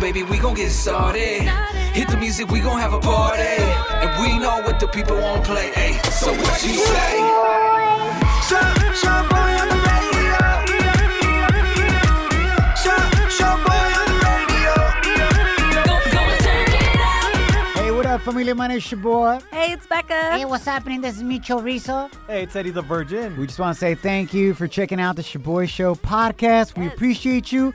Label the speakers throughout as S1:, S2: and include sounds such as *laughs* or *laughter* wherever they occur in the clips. S1: baby, we gon' get started. Hit the music, we gon' have a party. And we know what the people won't play. Ay, so what you say?
S2: Hey, what up, Familia Man? It's your boy.
S3: Hey, it's Becca.
S4: Hey, what's happening? This is Micho Rizzo.
S5: Hey, it's Eddie the Virgin.
S2: We just want to say thank you for checking out the Shaboy Show podcast. We appreciate you.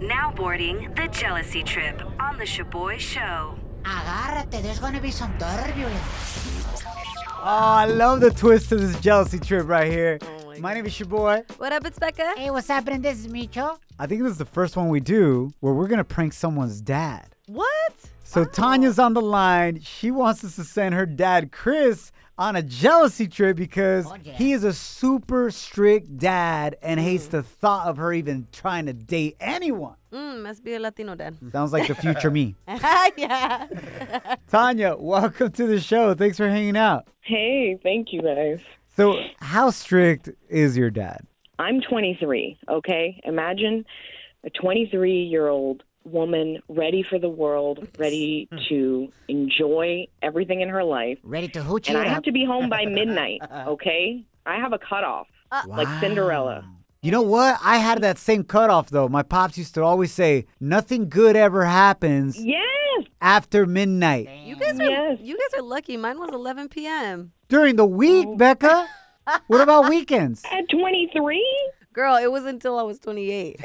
S6: Now boarding the jealousy trip on the Shaboy Show.
S4: Agárrate, there's gonna be some turbulence.
S2: Oh, I love the twist to this jealousy trip right here. my name is your boy.
S3: What up, it's Becca?
S4: Hey, what's happening? This is Micho.
S2: I think this is the first one we do where we're going to prank someone's dad.
S3: What?
S4: Oh.
S2: So Tanya's on the line. She wants us to send her dad, Chris, on a jealousy trip because
S4: Oh, yeah. Mm.
S2: he is a super strict dad and hates the thought of her even trying to date anyone.
S3: Mm, must be a Latino dad.
S2: Sounds like the future
S4: *laughs*
S2: me.
S3: *laughs* yeah.
S2: Tanya, welcome to the show. Thanks for hanging out.
S7: Hey, thank you guys.
S2: So, how strict is your dad?
S7: I'm 23, okay? Imagine a 23 year old woman ready for the world, ready to enjoy everything in her life.
S4: Ready to hoochie
S7: And I
S4: it
S7: have
S4: up?
S7: to be
S4: *laughs*
S7: home by midnight, okay? I have a cutoff,
S4: Uh,
S7: like Cinderella.
S2: You know what? I had that same cutoff though. My pops used to always say, "Nothing good ever happens
S7: Yes,
S2: after midnight."
S3: You guys are
S7: Yes.
S3: you guys are lucky. Mine was 11 p.m.
S2: During the week,
S7: Oh.
S2: Becca. What
S7: *laughs*
S2: about weekends?
S7: at 23?
S3: Girl, it was until I was 28.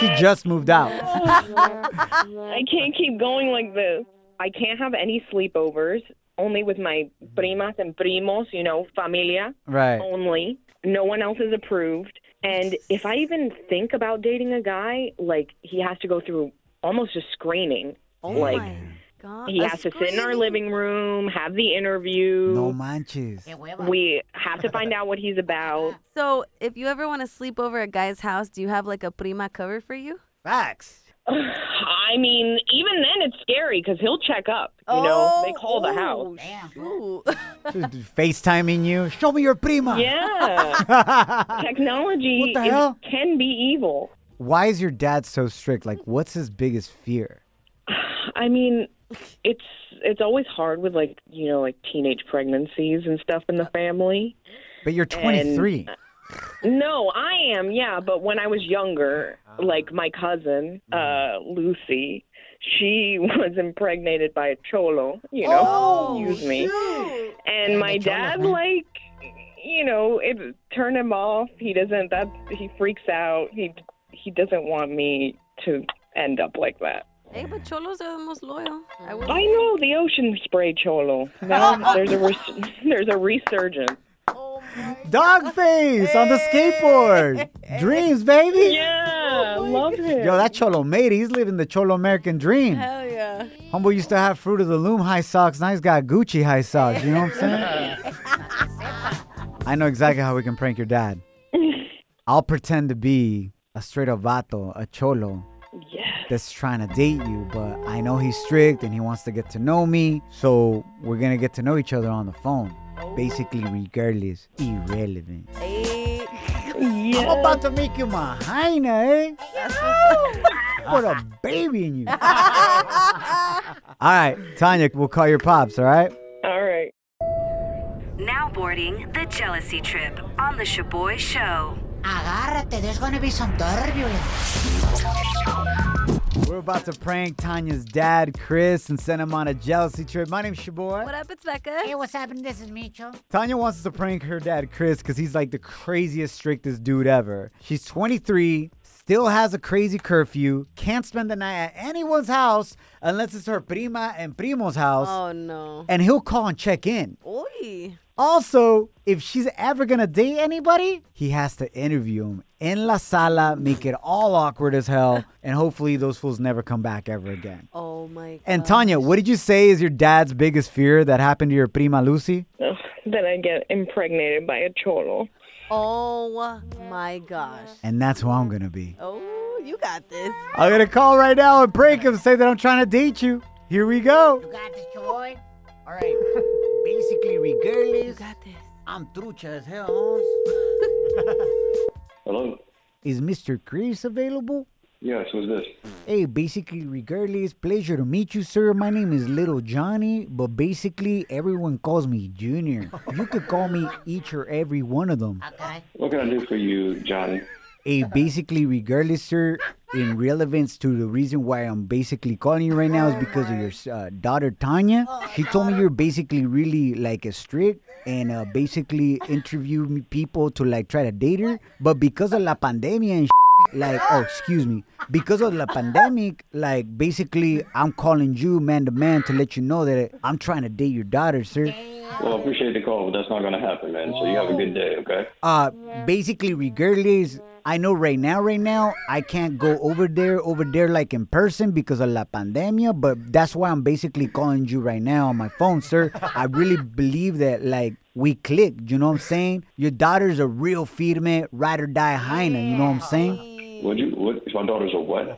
S2: She just moved
S7: Oh
S2: out.
S7: I can't keep going like this. I can't have any sleepovers, only with my primas and primos, you know, familia.
S2: Right.
S7: only. No one else is approved. And if I even think about dating a guy, like he has to go through almost a screening.
S3: oh
S7: like
S3: my god.
S7: he
S3: A
S7: has to sit in our
S3: screening.
S7: living room, have the interview.
S2: No manches.
S4: Qué hueva.
S7: we have to find out what he's about.
S3: So, if you ever want to sleep over at a guy's house, do you have like a prima covered for you?
S2: Facts.
S7: I mean, even then it's scary because he'll check up. You know, they call the
S3: Oh,
S7: house.
S4: Damn.
S3: Ooh.
S2: FaceTiming you. Show me your prima.
S7: Yeah, technology
S2: What the
S7: is-
S2: hell?
S7: can be evil.
S2: *laughs* Why is your dad so strict? Like, what's his biggest fear?
S7: I mean, it's it's always hard with like you know like teenage pregnancies and stuff in the family.
S2: But you're
S7: uh,
S2: 23.
S7: No, I am, yeah. But when I was younger,
S2: Uh-huh.
S7: like my cousin,
S2: Mm-hmm.
S7: uh, Lucy, she *laughs* was impregnated by a cholo, you know,
S2: Oh,
S7: excuse me. And my dad, like, you know, it turned him off. He doesn't, that, he freaks out. He, he doesn't want me to end up like that.
S3: Hey, but cholos are the most loyal. I was
S7: I know the ocean spray cholo.
S3: *laughs*
S7: Now there's a res- there's a resurgence.
S2: Dog face on the skateboard. Dreams, baby. Oh
S7: Yeah, love him.
S2: Yo, that Cholo made it. He's living the Cholo American dream.
S3: Hell yeah.
S2: Humble used to have Fruit of the Loom high socks. Now he's got Gucci high socks. You know what I'm
S3: *laughs*
S2: saying? I know exactly how we can prank your dad. I'll pretend to be a straight up vato, a Cholo
S7: yes.
S2: that's trying to date you, but I know he's strict and he wants to get to know me. So we're going to get to know each other on the phone. Basically, regardless, irrelevant.
S3: Hey.
S7: Yes.
S2: I'm about to make you my hyena, eh? Put *laughs* a baby in
S8: *laughs*
S2: you. all right, Tanya, we'll call your pops, all right?
S7: All right.
S6: Now boarding the jealousy trip on the Shaboy Show.
S4: Agárrate, there's gonna be some turbulence.
S2: We're about to prank Tanya's dad, Chris, and send him on a jealousy trip. My name's Shaboy.
S3: What up, it's Becca.
S4: Hey, what's happening? This is Micho.
S2: Tanya wants us to prank her dad, Chris, because he's like the craziest, strictest dude ever. She's 23, still has a crazy curfew, can't spend the night at anyone's house unless it's her prima and primo's house,
S3: Oh no.
S2: and he'll call and check in.
S3: Oy.
S2: Also, if she's ever gonna date anybody, he has to interview him in la sala, make it all awkward as hell, and hopefully those fools never come back ever again.
S3: Oh my.
S2: And
S3: God.
S2: Tanya, what did you say is your dad's biggest fear that happened to your prima Lucy?
S7: Ugh, that I get impregnated by a cholo.
S3: Oh my gosh.
S2: And that's who I'm gonna be.
S3: *laughs* Oh, you got this.
S2: I'm gonna call right now and break him, say that I'm trying to date you. Here we go.
S4: You got this, your boy? All right. Basically, regardless,
S3: Got this.
S4: I'm trucha as hell, Holmes.
S9: Hello?
S2: Is Mr. Chris available?
S9: Yes, who's this?
S2: Hey, basically, regardless, pleasure to meet you, sir. My name is Little Johnny, but basically, everyone calls me Junior. You could call me each or every one of them.
S4: Okay.
S9: What can I do for you, Johnny?
S2: Hey, basically, regardless, sir, in relevance to the reason why I'm basically calling you right now is because of your uh, daughter Tanya. She told me you're basically really like a strict and uh, basically interview me- people to like try to date her, but because of la pandemia and like oh excuse me because of the pandemic like basically i'm calling you man to man to let you know that i'm trying to date your daughter sir
S9: Well, I appreciate the call, but that's not going to happen, man. So you have a good day, okay?
S2: uh basically regardless i know right now right now i can't go over there over there like in person because of la pandemia but that's why i'm basically calling you right now on my phone sir i really believe that like we clicked you know what i'm saying your daughter's a real firme ride or die hyena you know what i'm saying
S9: Would you? What? My daughter's a what?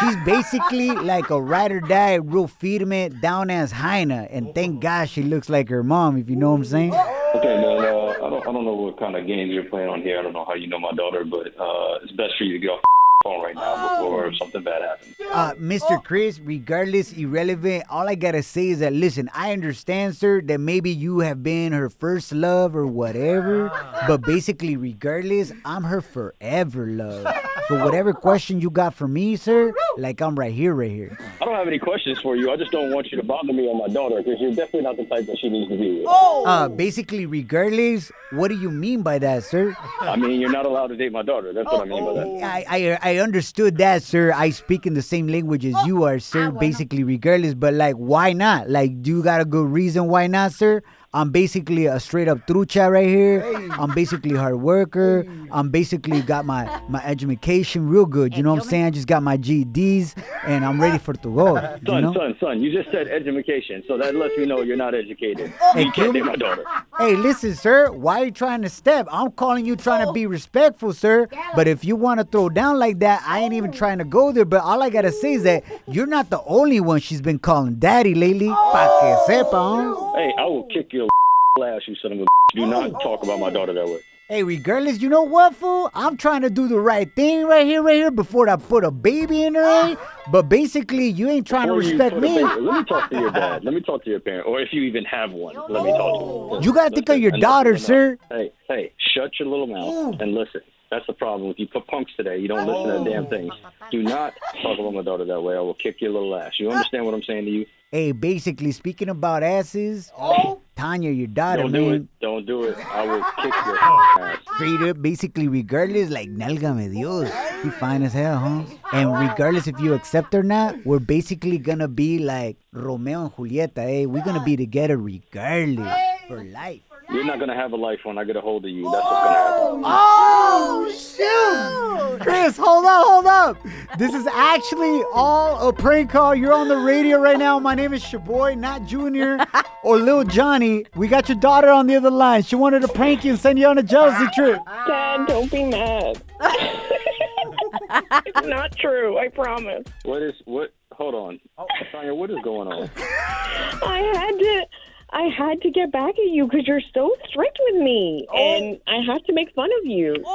S2: she's basically like a ride or die real firme down ass hyena and thank god she looks like her mom if you know what i'm saying
S9: Okay, man. Uh, I don't. I don't know what kind of games you're playing on here. I don't know how you know my daughter, but uh, it's best for you to get off the phone right now before something bad happens.
S2: Uh, Mr. Chris, regardless, irrelevant, all I gotta say is that listen, I understand, sir, that maybe you have been her first love or whatever, but basically, regardless, I'm her forever love. So, whatever question you got for me, sir, like I'm right here, right here.
S9: I don't have any questions for you. I just don't want you to bother me on my daughter because you're definitely not the type that she needs to be with.
S2: Uh, basically, regardless, what do you mean by that, sir?
S9: I mean, you're not allowed to date my daughter. That's what I mean by that.
S2: I, I I understood that, sir. I speak in the same language as you are, sir. Basically, regardless. But like, why not? Like, do you got a good reason why not, sir? I'm basically a straight up trucha right here. I'm basically hard worker. I'm basically got my my education real good. You know what I'm saying? I just got my GEDs and I'm ready for to go. You
S9: Son,
S2: know?
S9: son, son, you just said education, so that lets me know you're not educated.
S2: Hey,
S9: you can't
S2: Cuban.
S9: date my daughter.
S2: Hey, listen, sir. Why are you trying to step? I'm calling you trying to be respectful, sir. But if you want to throw down like that, I ain't even trying to go there. But all I gotta say is that you're not the only one she's been calling daddy lately.
S9: Oh.
S2: Pa que sepa, huh?
S9: Hey, I will kick your ass, you son of a bitch. Do not talk about my daughter that way.
S2: Hey, regardless, you know what, fool? I'm trying to do the right thing right here, right here, before I put a baby in her. eh? But basically, you ain't trying to
S9: Or you
S2: respect
S9: put a
S2: me.
S9: baby- Let me talk to *laughs* your dad. Let me talk to your parent. Or if you even have one, let me talk to him.
S2: You gotta think of your
S9: Listen,
S2: daughter, Mm.
S9: enough,
S2: sir.
S9: enough. Hey, hey, shut your little mouth and listen. That's the problem. With you put punks today, you don't listen to damn things. Do not talk about my daughter that way. I will kick your little ass. You understand what I'm saying to you?
S2: Hey, basically, speaking about asses, Tanya, your daughter,
S9: Don't
S2: man.
S9: do it. Don't do it. I will kick
S7: *laughs*
S9: your ass.
S2: straight up, basically, regardless, like, nalgame Dios. You fine as hell, huh? And regardless if you accept or not, we're basically gonna be like Romeo and Julieta, eh? We're gonna be together regardless for life.
S9: You're not gonna have a life when I get a hold of you. That's what's gonna happen.
S2: Oh, shoot! Chris, hold up, hold up. This is actually all a prank call. You're on the radio right now. My name is Shaboy, not Junior or Lil Johnny. We got your daughter on the other line. She wanted to prank you and send you on a jealousy trip.
S7: Dad, don't be mad. *laughs* it's not true, I promise.
S9: What is what? Hold on,
S3: Oh.
S9: Tanya. What is going on?
S7: I had to. I had to get back at you because you're so strict with me,
S3: Oh.
S7: and I have to make fun of you. *laughs*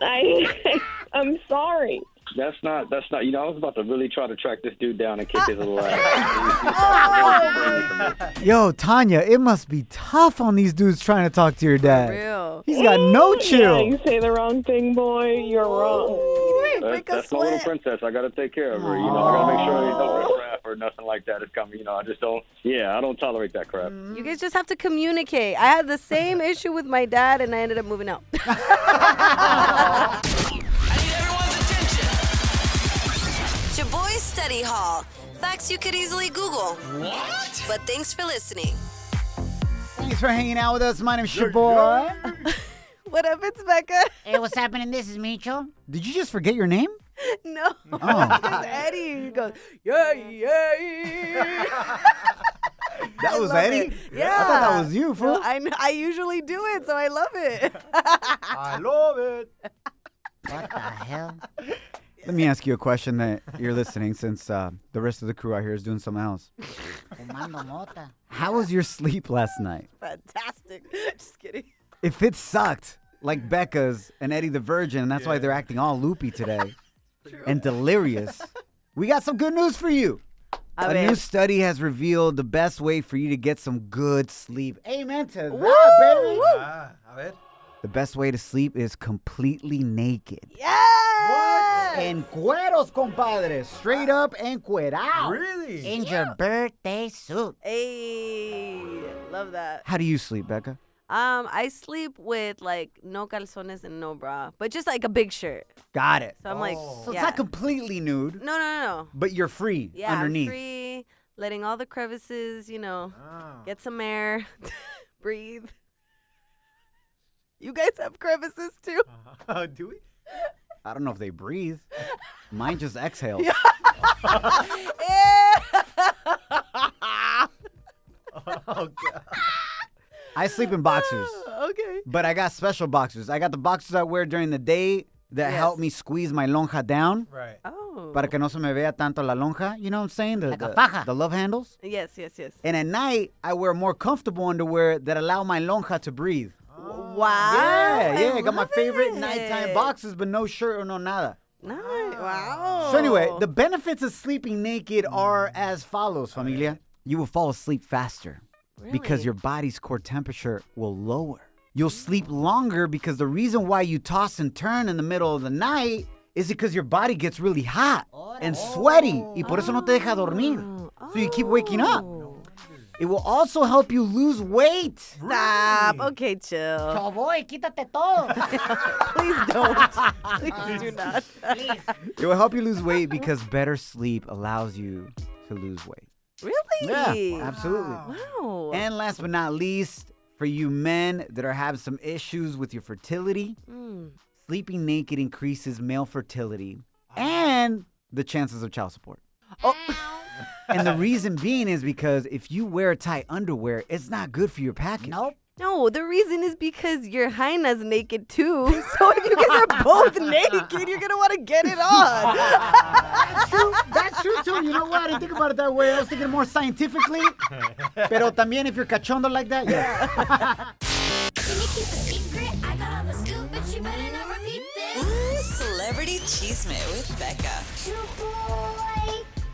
S7: I, *laughs* I'm sorry.
S9: That's not. That's not. You know, I was about to really try to track this dude down and kick his little
S3: *laughs*
S9: ass.
S2: Yo, Tanya, it must be tough on these dudes trying to talk to your dad.
S3: Real.
S2: He's got no
S7: Yeah,
S2: chill.
S7: you say the wrong thing, boy. You're wrong.
S3: You didn't
S9: That's,
S3: break a
S9: that's my little
S3: sweat.
S9: princess. I gotta take care of her. You know, I gotta make sure they don't crap or nothing like that is coming. You know, I just don't. Yeah, I don't tolerate that crap.
S3: You guys just have to communicate. I had the same issue *laughs* with my dad, and I ended up moving out.
S1: I need everyone's attention.
S8: Boy Study Hall. Facts you could easily Google. What? But thanks for listening.
S2: Thanks for hanging out with us. My name's your boy.
S3: *laughs* What up, it's Becca?
S4: Hey, what's happening? This is Micho.
S2: Did you just forget your name?
S3: *laughs* No, *laughs*
S2: Oh.
S3: it's Eddie. He goes, *laughs* yeah, yeah.
S2: That was
S3: love
S2: Eddie?
S3: it. Yeah.
S2: I thought that was you, fool.
S3: No, I, kn- I usually do it, so I love it.
S5: I love it.
S4: What the hell?
S2: Let me ask you a question that you're listening since uh, the rest of the crew out here is doing something else.
S4: Fumando mota.
S2: How was your sleep last night?
S3: Fantastic. Just kidding.
S2: If it sucked, like Becca's and Eddie the Virgin, and that's why they're acting all loopy
S3: *laughs*
S2: today and delirious, we got some good news for you.
S3: A
S2: A
S3: ver.
S2: new study has revealed the best way for you to get some good sleep. Amen to
S3: Woo,
S2: that, baby.
S3: woo.
S5: Ah, a ver.
S2: The best way to sleep is completely naked.
S3: Yes.
S2: En cueros, compadre. Straight up
S4: Uh.
S2: and encuerao.
S5: Really?
S4: In your birthday suit.
S3: Hey, love that.
S2: How do you sleep, Becca?
S3: Um, I sleep with like no calzones and no bra, but just like a big shirt.
S2: Got it.
S3: So I'm like,
S2: So
S3: yeah.
S2: it's not completely nude,
S3: no, no, no, no.
S2: but you're free
S3: Yeah, I'm
S2: underneath.
S3: free, letting all the crevices, you know,
S5: Ah.
S3: get some air, *laughs* breathe. You guys have crevices too.
S2: Uh-huh. *laughs*
S5: Do
S3: *laughs*
S5: we?
S2: I don't know if they breathe. Mine just exhales.
S5: Oh, God.
S2: I sleep in boxers,
S3: *laughs* okay.
S2: but I got special boxers. I got the boxers I wear during the day that
S3: Yes.
S2: help me squeeze my lonja down.
S5: Right.
S3: Oh.
S2: Para que no se me vea tanto la lonja. You know what I'm saying? The,
S4: Like a
S2: the-
S4: faja.
S2: the love handles.
S3: Yes, yes, yes.
S2: And at night, I wear more comfortable underwear that allow my lonja to breathe.
S3: Oh, wow.
S2: yeah,
S3: I
S2: yeah. I got my
S3: love
S2: favorite
S3: it.
S2: nighttime boxes, but no shirt or no nada.
S3: Nice. Wow.
S2: Ah. So, anyway, the benefits of sleeping naked are as follows, familia. You will fall asleep faster because
S3: Really?
S2: your body's core temperature will lower. You'll sleep longer because the reason why you toss and turn in the middle of the night is because your body gets really hot and sweaty. Y por eso no te deja dormir. So you keep waking up.
S3: Oh.
S2: It will also help you lose weight.
S3: Stop. Okay, chill.
S4: Choboy, quítate todo.
S3: *laughs* Please don't. Please do not.
S2: It will help you lose weight because better sleep allows you to lose weight.
S3: really?
S2: absolutely.
S3: Wow.
S2: And last but not least, for you men that are having some issues with your fertility,
S3: Mm.
S2: sleeping naked increases male fertility and the chances of child support. Oh. and the reason being is because if you wear tight underwear, it's not good for your package.
S4: nope.
S3: No, the reason is because your hyena's naked too. *laughs* So if you guys
S5: *laughs*
S3: are both naked, you're gonna want to get it on.
S2: That's true. That's true too. You know what? I didn't think about it that way. I was thinking more scientifically. *laughs* Pero también if you're cachondo like that, yeah.
S3: *laughs*
S8: Celebrity Cheesemate with Becca.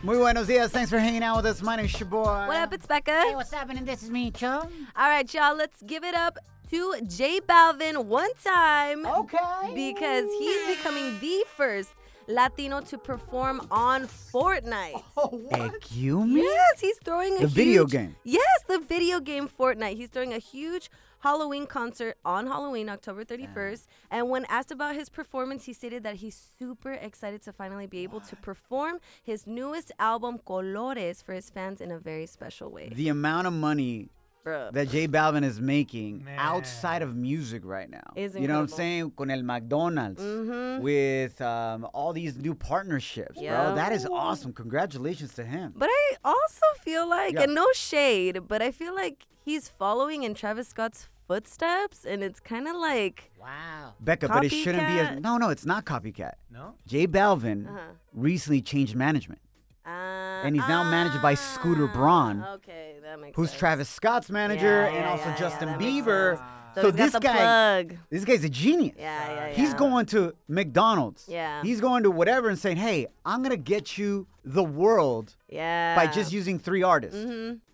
S2: Muy buenos días. Thanks for hanging out with us. My name's your boy.
S3: what up? It's
S4: Hey,
S3: Becca.
S4: what's happening? This is Micho.
S3: All right, y'all. Let's give it up to J Balvin one time.
S4: Okay.
S3: because he's becoming the first Latino to perform on Fortnite.
S4: Oh,
S2: Thank you, man.
S3: Yes, he's throwing a
S2: The video
S3: huge-
S2: game.
S3: Yes, the video game Fortnite. He's throwing a huge Halloween concert on Halloween, October 31st. And when asked about his performance, he stated that he's super excited to finally be able to perform his newest album, Colores, for his fans in a very special way.
S2: The amount of money
S3: Bruh.
S2: that J Balvin is making outside of music right now.
S3: Is
S2: you know what I'm
S3: incredible. Mm-hmm.
S2: saying? Con el McDonald's, with um, all these new partnerships,
S3: Yeah.
S2: bro. That is awesome. Congratulations to him.
S3: But I also feel like,
S2: Yeah.
S3: and no shade, but I feel like he's following in Travis Scott's footsteps, and it's kind of like,
S4: Wow.
S2: Becca, but it shouldn't be as.
S3: Copycat.
S2: No, no, it's not copycat.
S5: No?
S2: J Balvin
S3: Uh-huh.
S2: recently changed management,
S3: uh, ah,
S2: and he's now managed by Scooter Braun.
S3: Okay, that makes
S2: Who's
S3: sense.
S2: Travis Scott's manager
S3: Yeah,
S2: and
S3: yeah,
S2: also
S3: yeah, yeah,
S2: Justin
S3: that makes
S2: Bieber.
S3: sense. So, he's got
S2: this
S3: the
S2: guy,
S3: plug.
S2: this guy's a genius.
S3: Yeah, yeah, yeah.
S2: He's going to McDonald's.
S3: Yeah.
S2: He's going to whatever and saying, "Hey, I'm gonna get you the world
S3: yeah. Mm-hmm.
S2: by just using three artists: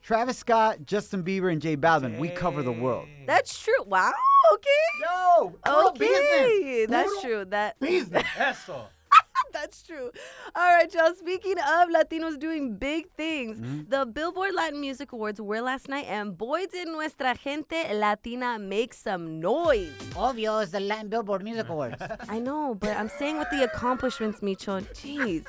S2: Travis Scott, Justin Bieber, and Jay Balvin. We cover the world.
S3: That's true. Wow. Okay.
S2: Yo,
S3: okay. That's true. That *laughs*
S5: Eso.
S3: That's true. All right, y'all. Speaking of Latinos doing big things, the Billboard Latin Music Awards were last night, and boy, did nuestra gente latina make some noise.
S4: Obvio is the Latin Billboard Music Awards.
S3: I know, but I'm saying with the accomplishments, Micho. Jeez.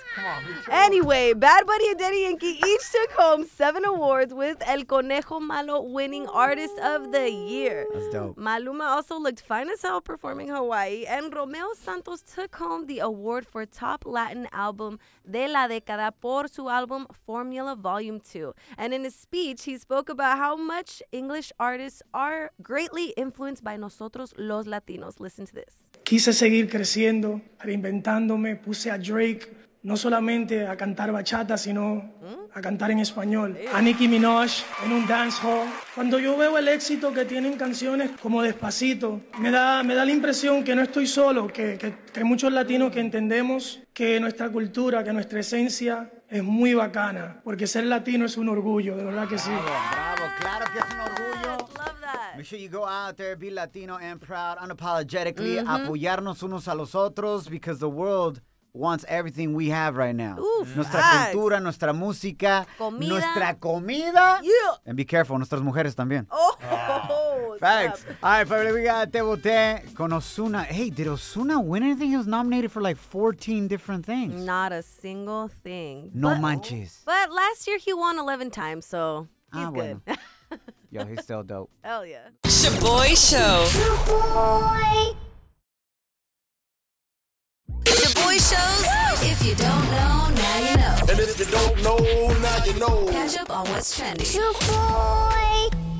S3: Anyway, Bad Bunny and Daddy Yankee each took home seven awards, with El Conejo Malo winning Artist of the Year.
S2: That's dope.
S3: Maluma also looked fine as hell performing Hawaii, and Romeo Santos took home the award for Top Latin Album de la Década por su album Formula Volume 2. And in his speech, he spoke about how much English artists are greatly influenced by nosotros los Latinos. Listen to this.
S10: Quise seguir creciendo, reinventándome, puse a Drake no solamente a cantar bachata, sino a cantar en español, a Nicki Minaj en un dancehall. Cuando yo veo el éxito que tienen canciones como Despacito, me da, me da la impresión que no estoy solo, que, que- que hay muchos latinos que entendemos que nuestra cultura, que nuestra esencia es muy bacana, porque ser latino es un orgullo, de verdad que sí.
S2: Bravo, claro que es un
S3: Yes,
S2: orgullo.
S3: love that.
S2: Make sure you go out there, be Latino and proud, unapologetically,
S3: Mm-hmm.
S2: apoyarnos unos a los otros, because the world wants everything we have right now.
S3: Ooh,
S2: nuestra
S3: facts.
S2: cultura, nuestra música,
S3: Comida.
S2: nuestra comida.
S3: Yeah.
S2: And be careful, nuestras mujeres también. Ah.
S3: Oh, *laughs*
S2: Facts.
S3: snap.
S2: All right, family, we got Te Boté con Osuna. Hey, did Osuna win anything? He was nominated for like 14 different things.
S3: Not a single thing.
S2: No
S3: But-
S2: manches.
S3: But last year he won 11 times, so he's
S2: Ah,
S3: good. *laughs*
S2: Yo, he's still dope.
S3: Hell yeah.
S8: Shaboy Show. Shaboy Shows. If you don't know, now you know. And if you don't know, now you know. Catch up on what's trending.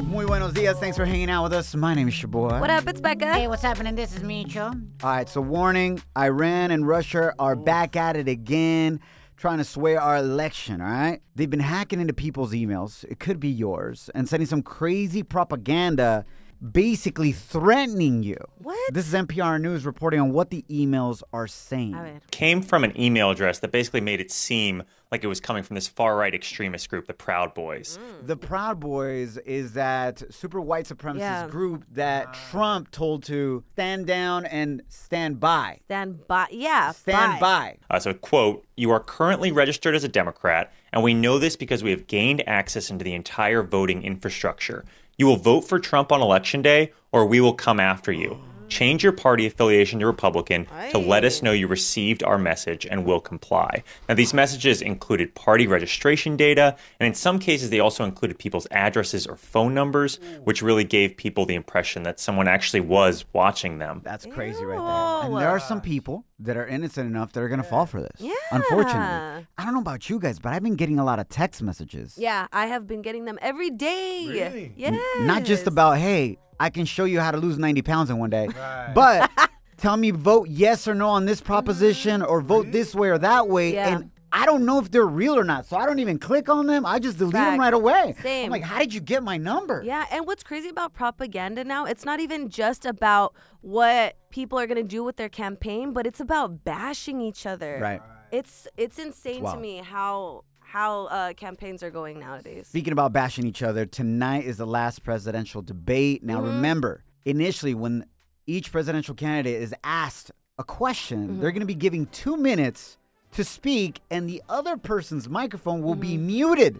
S2: Muy buenos dias. Thanks for hanging out with us. My name is your boy.
S3: What up, it's Becca.
S4: Hey, what's happening? This is Micho.
S2: All right, so warning Iran and Russia are back at it again, trying to sway our election, all right? They've been hacking into people's emails, it could be yours, and sending some crazy propaganda, basically threatening you.
S3: What?
S2: This is NPR News reporting on what the emails are saying.
S3: A ver.
S11: came from an email address that basically made it seem like it was coming from this far right extremist group, the Proud Boys.
S3: Hmm.
S2: The Proud Boys is that super white supremacist
S3: Yeah.
S2: group that Trump told to stand down and stand by.
S3: Stand by. Yeah.
S2: Stand by.
S11: Uh, so, quote, you are currently registered as a Democrat, and we know this because we have gained access into the entire voting infrastructure. You will vote for Trump on election day, or we will come after you. Change your party affiliation to Republican to let us know you received our message and will comply. Now, these messages included party registration data, and in some cases, they also included people's addresses or phone numbers, which really gave people the impression that someone actually was watching them.
S2: That's crazy right there. And there are some people that are innocent enough that are going to fall for this. Yeah. Unfortunately. I don't know about you guys, but I've been getting a lot of text messages.
S3: Yeah, I have been getting them every day.
S5: Really?
S3: Yes.
S2: Not just about, hey, I can show you how to lose 90 pounds in one day,
S3: *laughs*
S2: but tell me vote yes or no on this proposition or vote this way or that way.
S3: Mm-hmm. Yeah.
S2: And I don't know if they're real or not. So I don't even click on them. I just delete them
S3: Facts.
S2: right away.
S3: Same.
S2: I'm like, how did you get my number?
S3: Yeah, and what's crazy about propaganda now, it's not even just about what people are going to do with their campaign, but it's about bashing each other.
S2: Right.
S3: It's it's insane to
S2: wild.
S3: me how how uh, campaigns are going nowadays.
S2: Speaking about bashing each other, tonight is the last presidential debate. Now, remember, initially, when each presidential candidate is asked a question, they're going to be giving two minutes to speak, and the other person's microphone will be muted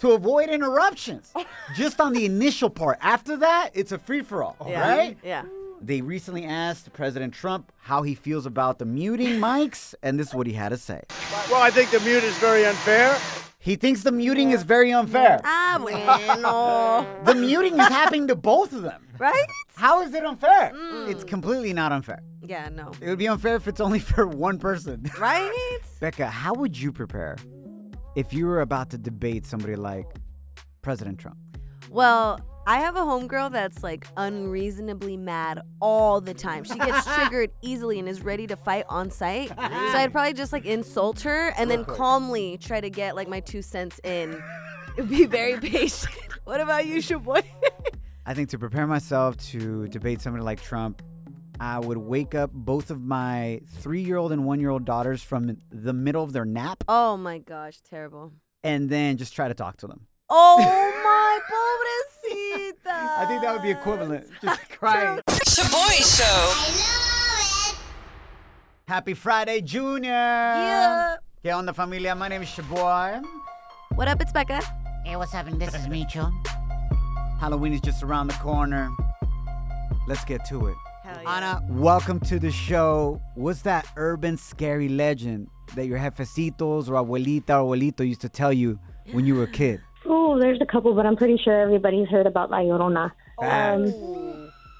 S2: to avoid interruptions. Just on the initial part. After that, it's a free for all,
S3: Yeah.
S2: right?
S3: Yeah.
S2: They recently asked President Trump how he feels about the muting mics, and this is what he had to say.
S5: Well, I think the mute is very unfair.
S2: He thinks the muting is very unfair. *laughs*
S3: Ah, bueno.
S2: The muting is happening to both of them.
S3: right?
S2: How is it unfair? It's completely not unfair.
S3: Yeah, no.
S2: It would be unfair if it's only *laughs* for one person.
S3: Right?
S2: Becca, how would you prepare if you were about to debate somebody like President Trump?
S3: Well, I have a homegirl that's like unreasonably mad all the time. She *laughs* gets triggered easily and is ready to fight on site. So I'd probably just like insult her and then calmly try to get like my two cents in. Be *laughs* very patient. what about you, Shaboy?
S2: I think to prepare myself to debate somebody like Trump, I would wake up both of my three year old and one year old daughters from the middle of their nap
S3: oh my gosh, terrible.
S2: and then just try to talk to them.
S3: Oh *laughs* my pobrecita.
S2: I think that would *laughs* be equivalent. Just crying.
S8: Shaboy Show.
S2: Happy Friday, Junior.
S3: Yeah.
S2: ¿Qué onda, familia? My name is Shaboy.
S3: What up, it's Becca.
S4: Hey, what's up? And this is Micho.
S2: Halloween is just around the corner. Let's get to it.
S3: Hell
S2: yeah. Anna, welcome to the show. What's that urban scary legend that your jefecitos or abuelita or abuelito used to tell you when you were a kid?
S12: Oh, there's a couple, but I'm pretty sure everybody's heard about La Llorona. Um,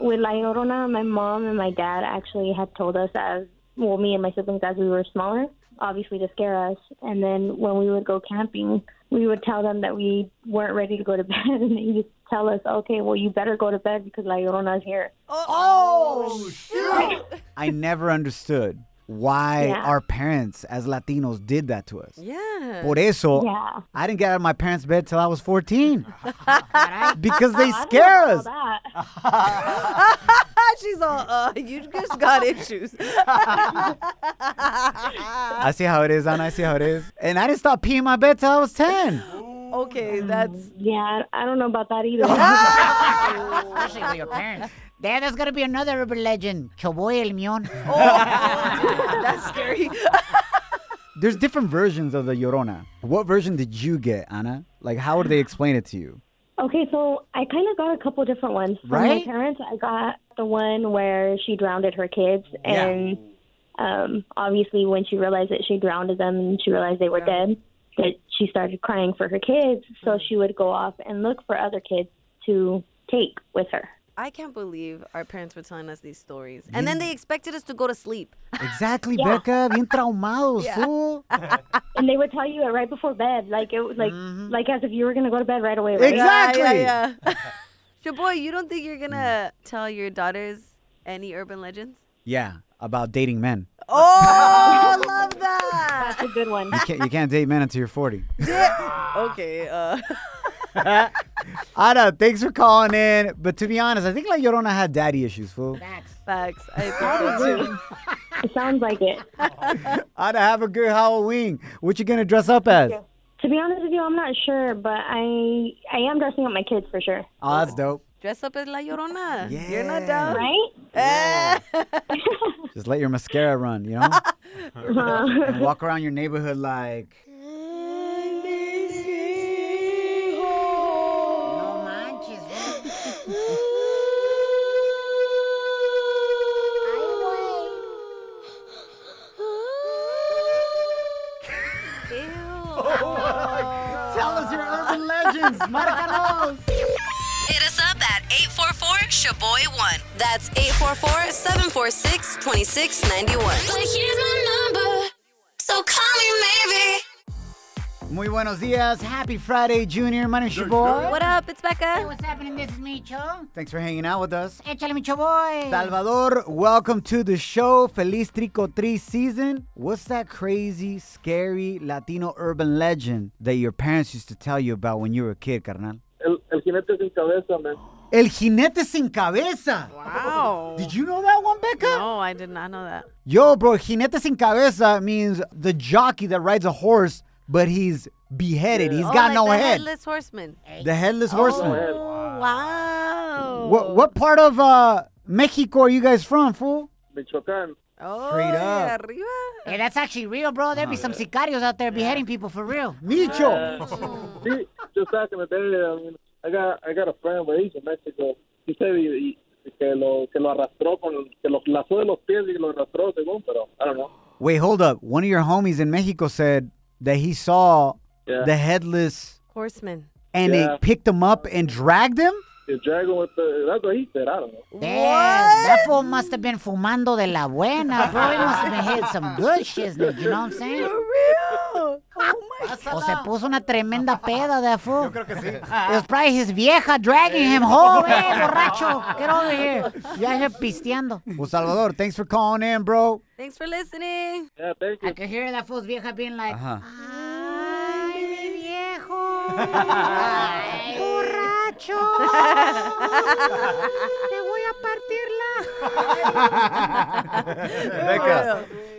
S12: with La Llorona, my mom and my dad actually had told us as well, me and my siblings as we were smaller, obviously to scare us. And then when we would go camping, we would tell them that we weren't ready to *laughs* go to bed, and they used to tell us, "Okay, well, you better go to bed because La Llorona's here."
S2: Oh, shoot! I never understood why
S12: Yeah.
S2: our parents as Latinos did that to us.
S3: Yeah.
S2: Por eso,
S12: Yeah.
S2: I didn't get out of my parents' bed till I was 14 because they scare us.
S3: *laughs* She's all, uh, you just *laughs* got issues.
S2: I see how it is, Anna. I see how it is. And I didn't stop peeing my bed till I was 10.
S3: okay, that's
S12: yeah. I don't know about that
S2: *laughs*
S12: either.
S4: Especially with your parents. Dad, there's gonna be another urban legend. Choboy el
S2: *laughs*
S4: Mion.
S2: Oh.
S3: that's scary.
S2: There's different versions of the Llorona. What version did you get, Anna? Like, how would they explain it to you?
S12: Okay, so I kind of got a couple different ones from
S2: Right?
S12: my parents. I got the one where she drowned her kids,
S2: Yeah.
S12: and um, obviously, when she realized that she drowned them and she realized they were dead, that she started crying for her kids. So
S2: Mm.
S12: she would go off and look for other kids to take with her.
S3: I can't believe our parents were telling us these stories. And then they expected us to go to sleep.
S2: Exactly, Becca.
S12: *laughs*
S2: Bien traumados, fool.
S12: And they would tell you it right before bed, like it was like
S2: Mm-hmm.
S12: like as if you were gonna go to bed right away. Right?
S3: Yeah,
S2: *laughs*
S3: yeah. yeah. Shaboy, you don't think you're going to tell your daughters any urban legends?
S2: Yeah, about dating men.
S3: *laughs* Oh, love that.
S12: That's *laughs* a good one.
S2: You can't, you can't date men until you're 40.
S3: *laughs* okay. *laughs* Uh,
S2: Anna, thanks for calling in. But to be honest, I think La Llorona had daddy issues, fool.
S3: facts. I think *laughs* so too.
S12: It sounds like it.
S2: *laughs* Anna, have a good Halloween. What you gonna dress up as?
S12: To be honest with you, I'm not sure, but I I am dressing up my kids for sure.
S2: Oh, that's dope.
S3: Dress up as La Llorona. You're not down.
S12: Right?
S2: Just let your mascara run,
S12: *laughs*
S2: you know?
S12: Uh-huh.
S2: and walk around your neighborhood like
S4: No manches.
S3: Oh
S2: Tell us your
S3: *laughs*
S2: urban legends, Marcanos.
S8: Hit us up at 844 Shaboy1. That's 844 746 2691. But here's my number, so call me maybe.
S2: Muy buenos dias. Happy Friday, Junior. My name's your boy.
S3: What up? It's
S4: Hey,
S3: Becca.
S4: what's happening? This is Micho.
S2: Thanks for hanging out with us.
S4: Échale, Micho boy.
S2: Salvador, welcome to the show. Feliz Tricotri season. What's that crazy, scary Latino urban legend that your parents used to tell you about when you were a kid, carnal?
S9: El, el jinete sin cabeza, man.
S2: El jinete sin cabeza.
S3: Wow.
S2: Did you know that one, Becca?
S3: No, I did not know that.
S2: Yo, bro, jinete sin cabeza means the jockey that rides a horse, but he's beheaded. He's
S3: Oh,
S2: got
S3: like
S2: no
S3: the
S2: head.
S3: Headless horseman.
S2: The headless horseman.
S3: Oh, wow.
S2: What, what part of uh, Mexico are you guys from, fool?
S9: Michoacán.
S3: Oh,
S2: Straight up.
S3: arriba.
S4: Hey, that's actually real, bro. There'd be some sicarios out there beheading people for real.
S9: Eh,
S12: Uh,
S2: Micho.
S9: See, just back in the day, I mean, I got I got a friend where he's in Mexico. He said he, he- que lo que lo arrastró con que lo lazó de los pies y lo arrastró según, pero I don't know.
S2: Wait, hold up. One of your homies in Mexico said that he saw
S9: Yeah.
S2: the headless
S3: Horseman.
S2: and
S9: Yeah.
S2: they picked him up and dragged him?
S9: The dragon with the that's what he said. I don't know.
S4: *laughs* Damn, that fool must have been fumando de la buena, bro. He must have been hitting some good shiznit, you know what I'm saying?
S2: *laughs*
S3: Real. Oh my
S4: O se puso una *laughs* tremenda peda, that fool. Yo creo que sí. It was probably his vieja dragging him home. Hey, *laughs* borracho, get over here. You out here pisteando.
S2: Well, Salvador, thanks for calling in, bro.
S3: Thanks for listening.
S9: Yeah, thank
S4: I
S9: you.
S4: could hear that fool's vieja being like,
S2: Uh-huh.
S4: ay, mi *laughs* viejo, ay, *laughs* borracho, te voy a *laughs* partir la...
S2: Becca,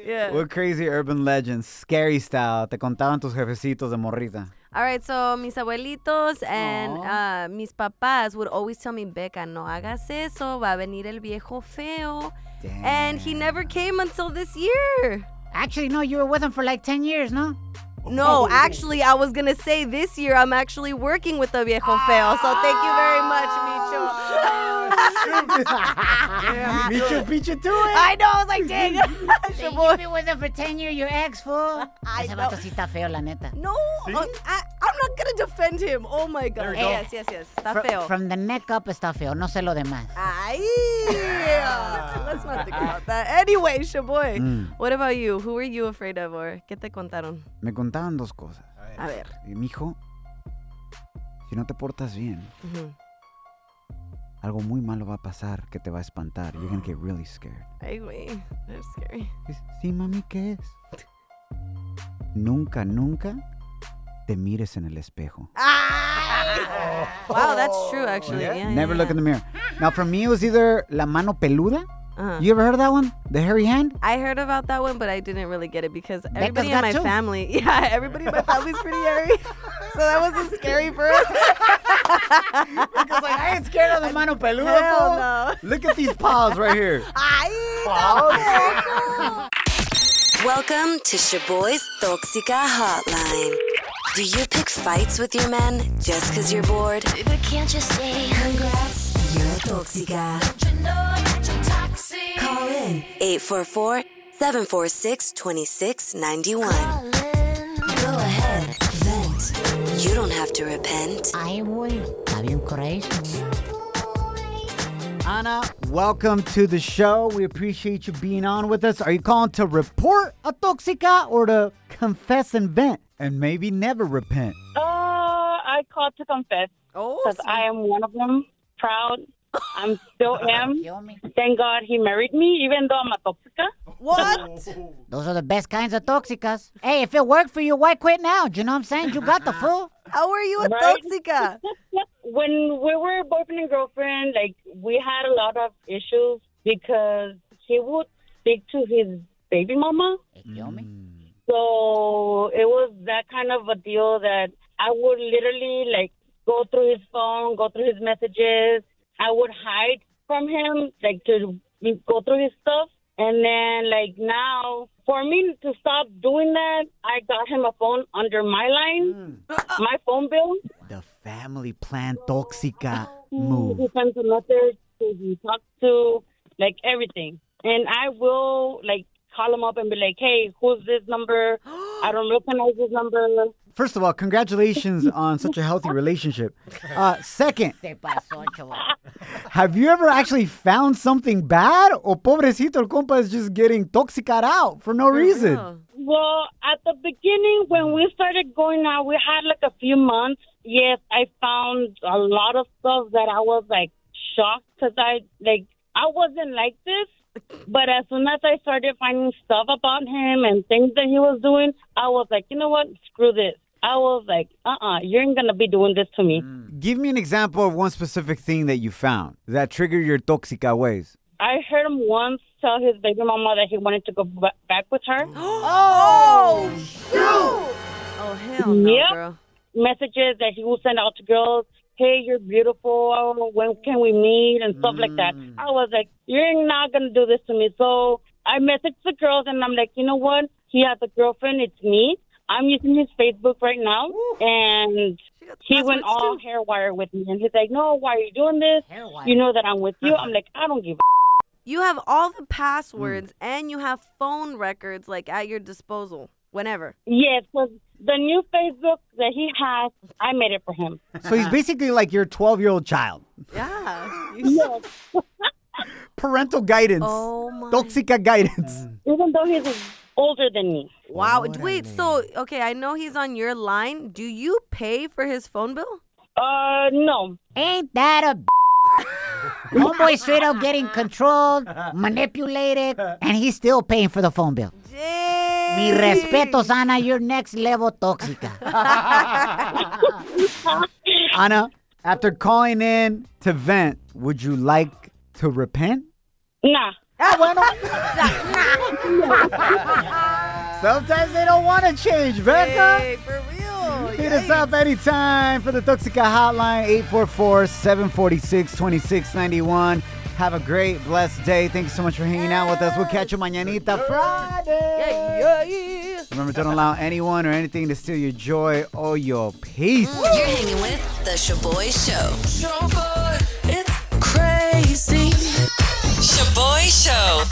S3: Yeah.
S4: *laughs*
S2: what crazy urban legends, scary style, te contaban tus jefecitos de morrita?
S3: All right, so mis abuelitos and uh, mis papás would always tell me, Becca, no hagas eso, va a venir el viejo feo. And he never came until this year.
S4: Actually, no, you were with him for like 10 years, no? Oh.
S3: No, actually, I was gonna say this year I'm actually working with the viejo feo. So thank you very much,
S2: *laughs*
S3: Micho.
S4: Ah. *laughs*
S2: Damn, Micho beat you to it.
S3: I know. I was like,
S2: *laughs*
S3: dang. *laughs*
S4: Hey, You've been with him for 10 years, your ex, fool. Ese vato sí está feo, la neta.
S3: No, uh, I, I'm not gonna defend him. Oh my god.
S4: go.
S3: *laughs* Yes, yes, yes. Está
S4: Fro-
S3: feo.
S4: From the neck up está feo, no sé lo demás. *laughs*
S3: Ay, let's not think about that. Anyway, Shaboy,
S2: Mm.
S3: what about you? Who were you afraid of, or qué te contaron?
S2: Me contaban dos cosas.
S3: A ver.
S2: Eh, Mijo, si no te portas bien,
S3: Ujú.
S2: algo muy malo va a pasar que te va a espantar. You're gonna get really scared.
S3: Ay, güey, that's scary.
S2: Sí, mami, ¿qué es? Nunca, nunca te mires en el espejo.
S3: Wow, that's true, actually. Oh, Yeah, yeah,
S2: Never look in the mirror. Now, for me, it was either la mano peluda.
S3: Uh-huh.
S2: You ever heard of that one? The hairy hand?
S3: I heard about that one, but I didn't really get it because
S2: Becca's
S3: everybody in
S2: got
S3: my
S2: two.
S3: family, *laughs* yeah,
S2: *laughs*
S3: everybody in my family's pretty hairy, so that wasn't scary for us.
S2: *laughs* because like I ain't scared of the mano peluda.
S3: Hell
S2: fool.
S3: no.
S2: Look at these
S3: *laughs*
S2: paws right here.
S8: Welcome to Shaboy's Toxica Hotline. Do you pick fights with your men just because you're bored? But can't you say congrats? You're a Toxica. Call in 844 746 2691. Go ahead, vent. You don't have to repent. I will.
S4: Está bien crazy.
S2: Anna, welcome to the show. We appreciate you being on with us. Are you calling to report a toxica or to confess and vent and maybe never repent?
S13: Uh, I called to confess.
S3: Oh,
S13: I am one of them. Proud. I'm
S3: *laughs*
S13: still am. Thank God he married me, even though I'm a toxica.
S3: What?
S4: Those are the best kinds of toxicas. Hey, if it worked for you, why quit now? Do you know what I'm saying? You got the fool.
S3: How are you
S13: a toxica? *laughs* when we were boyfriend and girlfriend, like we had a lot of issues because he would speak to his baby mama. So it was that kind of a deal that I would literally like go through his phone, go through his messages. I would hide from him, like to go through his stuff. And then like now, for me to stop doing that, I got him a phone under my line, my phone bill.
S2: The family plan toxica
S13: He
S2: move.
S13: sends a message to he talks to, like everything. And I will like call him up and be like, hey, who's this number? I don't recognize this number.
S2: First of all, congratulations on such a healthy relationship. Uh, second,
S4: Se pasó, chaval.
S2: have you ever actually found something bad? Or pobrecito, el compa is just getting toxica out for no reason.
S13: Well, at the beginning when we started going out, we had like a few months. Yes, I found a lot of stuff that I was like shocked because I like I wasn't like this. But as soon as I started finding stuff about him and things that he was doing, I was like, you know what? Screw this. I was like, uh uh-uh, uh, you ain't gonna be doing this to me.
S2: Give me an example of one specific thing that you found that triggered your toxica ways.
S13: I heard him once tell his baby mama that he wanted to go ba- back with her.
S3: oh, shoot! Oh, hell no,
S13: Yep.
S3: girl.
S13: Messages that he will send out to girls. Hey, you're beautiful. Oh, When can we meet? And stuff like that.
S3: Mm.
S13: I was like, you're not going to do this to me. So I messaged the girls and I'm like, you know what? He has a girlfriend. It's me. I'm using his Facebook right now. And he went all hair wire with me. And he's like, no, why are you doing this? You know that I'm with you. I'm like, I don't give a
S3: *laughs* You have all the passwords and you have phone records like at your disposal whenever.
S13: Yes, because the new Facebook that he has, I made it for him.
S2: So he's basically like your 12 year old child.
S3: Yeah.
S2: *laughs* Parental guidance.
S3: Oh my.
S2: Toxica guidance.
S13: Even though he's older than me.
S3: Wow. d- Wait, so, okay, I know he's on your line. Do you pay for his phone bill?
S13: Uh, no.
S4: Ain't that a b- homeboy straight up getting controlled, manipulated, and he's still paying for the phone bill. Mi respeto, Ana, you're next level toxica.
S2: Anna, after calling in to vent, would you like to repent?
S13: Nah. *laughs*
S2: Sometimes they don't want to change, Becca.
S3: Hey, for real.
S2: Hit us up anytime for the Toxica Hotline, 844 746 2691. Have a great, blessed day. Thank you so much for hanging out with us. We'll catch you mañanita, Friday.
S8: Yeah, yeah, yeah.
S2: Remember, don't allow anyone or anything to steal your joy or your peace.
S4: Mm.
S3: You're hanging with The Shaboy Show. Shaboy, it's crazy. Shaboy Show.